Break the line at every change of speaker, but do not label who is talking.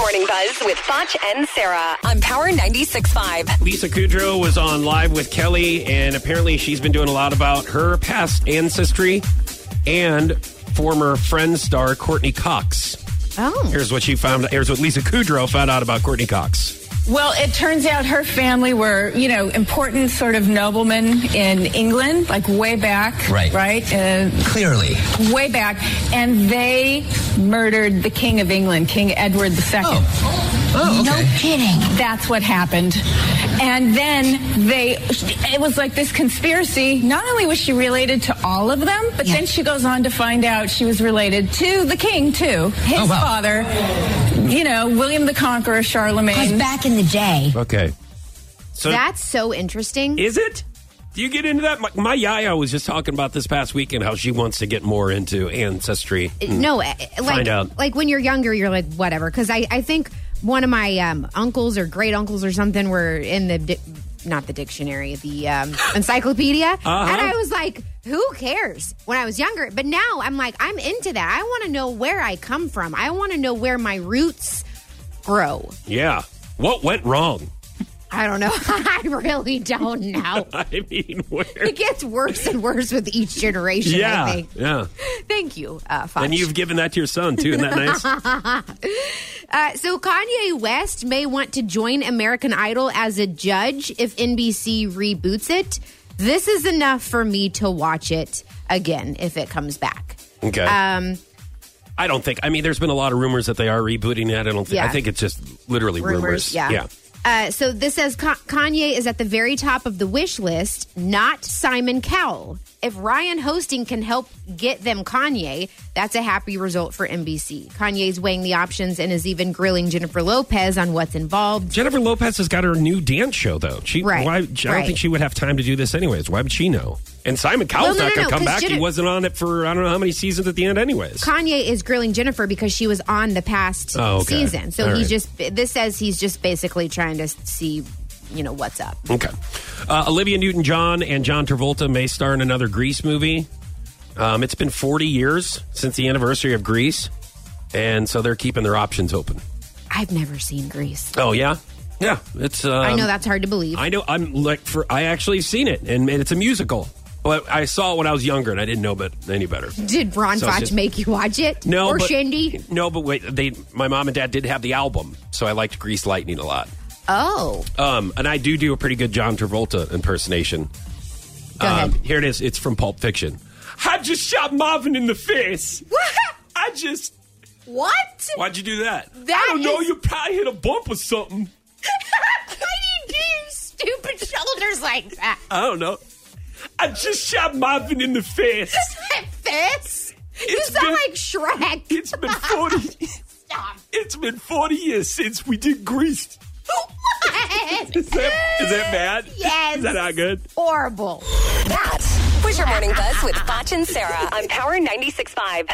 Morning Buzz with Foch and Sarah on Power 96.5.
Lisa Kudrow was on live with Kelly, and apparently she's been doing a lot about her past ancestry and former Friends star Courtney Cox.
Oh.
Here's what she found. Here's what Lisa Kudrow found out about Courtney Cox.
Well, it turns out her family were, you know, important sort of noblemen in England, like way back.
Right.
Right? Uh,
Clearly.
way back. And they murdered the King of England, King Edward II.
Oh, okay.
kidding. That's what happened. And then they, it was like this conspiracy. Not only was she related to all of them, but then she goes on to find out she was related to the king, too. His
Oh, wow.
father, you know, William the Conqueror,
Because
Charlemagne.
back in the day,
Okay. So
That's so interesting.
is it? Do you get into that? My, my yaya was just talking about this past weekend how she wants to get more into ancestry.
no, eh, like
Find out.
like when you're younger, you're like whatever. Because I I think one of my um, uncles or great uncles or something were in the di- not the dictionary, the um, encyclopedia,
Uh-huh.
and I was like, who cares? When I was younger, but now I'm like, I'm into that. I want to know where I come from. I want to know where my roots grow.
Yeah. What went wrong?
I don't know. I really don't know.
I mean, where?
It gets worse and worse with each generation. I
Yeah.
think.
Yeah.
Thank you, uh, Fox.
And you've given that to your son, too. Isn't that nice?
Uh, so Kanye West may want to join American Idol as a judge if NBC reboots it. This is enough for me to watch it again if it comes back.
Okay.
Um,
I don't think. I mean, there's been a lot of rumors that they are rebooting it. I don't think.
Yeah.
I think it's just literally rumors.
rumors, yeah. Uh, so this says Ka- Kanye is at the very top of the wish list, not Simon Cowell. If Ryan Hosting can help get them Kanye, that's a happy result for NBC. Kanye's weighing the options and is even grilling Jennifer Lopez on what's involved.
Jennifer Lopez has got her new dance show, though. She,
Right,
why, I don't
right.
think she would have time to do this anyways. Why would she know? And Simon Cowell's
Well, no,
not
no,
going to
no,
come
'cause
back. he
Jenni-
wasn't on it for I don't know how many seasons at the end, anyways.
Kanye is grilling Jennifer because she was on the past
Oh, okay.
season. So
All
he
right.
just this says he's just basically trying to see, you know, what's up.
Okay. Uh, Olivia Newton John and John Travolta may star in another Grease movie. Um, it's been 40 years since the anniversary of Grease, and so they're keeping their options open.
I've never seen Grease.
Oh, yeah? Yeah. It's. Um,
I know that's hard to believe.
I know. I'm like for. I actually seen it, and it's a musical. But I saw it when I was younger, and I didn't know but any better.
Did Ron
So it's
Foch
just-
make you watch it?
No,
or
but-
Shindy?
No, but wait. They, my mom and dad did have the album, so I liked Grease Lightning a lot.
Oh,
Um, and I do do a pretty good John Travolta impersonation. Um,
Go ahead.
Here it is. It's from Pulp Fiction. I just shot Marvin in the face. I just.
what?
Why'd you do that?
That
I don't know.
is-
You probably hit a bump or something.
Why do you do stupid shoulders like that?
I don't know. I just shot Marvin in the face.
This? You
It's
sound
been-
like Shrek.
It's been 40.
Stop.
It's been 40 years since we did Grease.
What?
Is that, is that bad?
Yes.
Is that not good?
Horrible.
That was your Morning Buzz with Foch and Sarah on Power 96.5.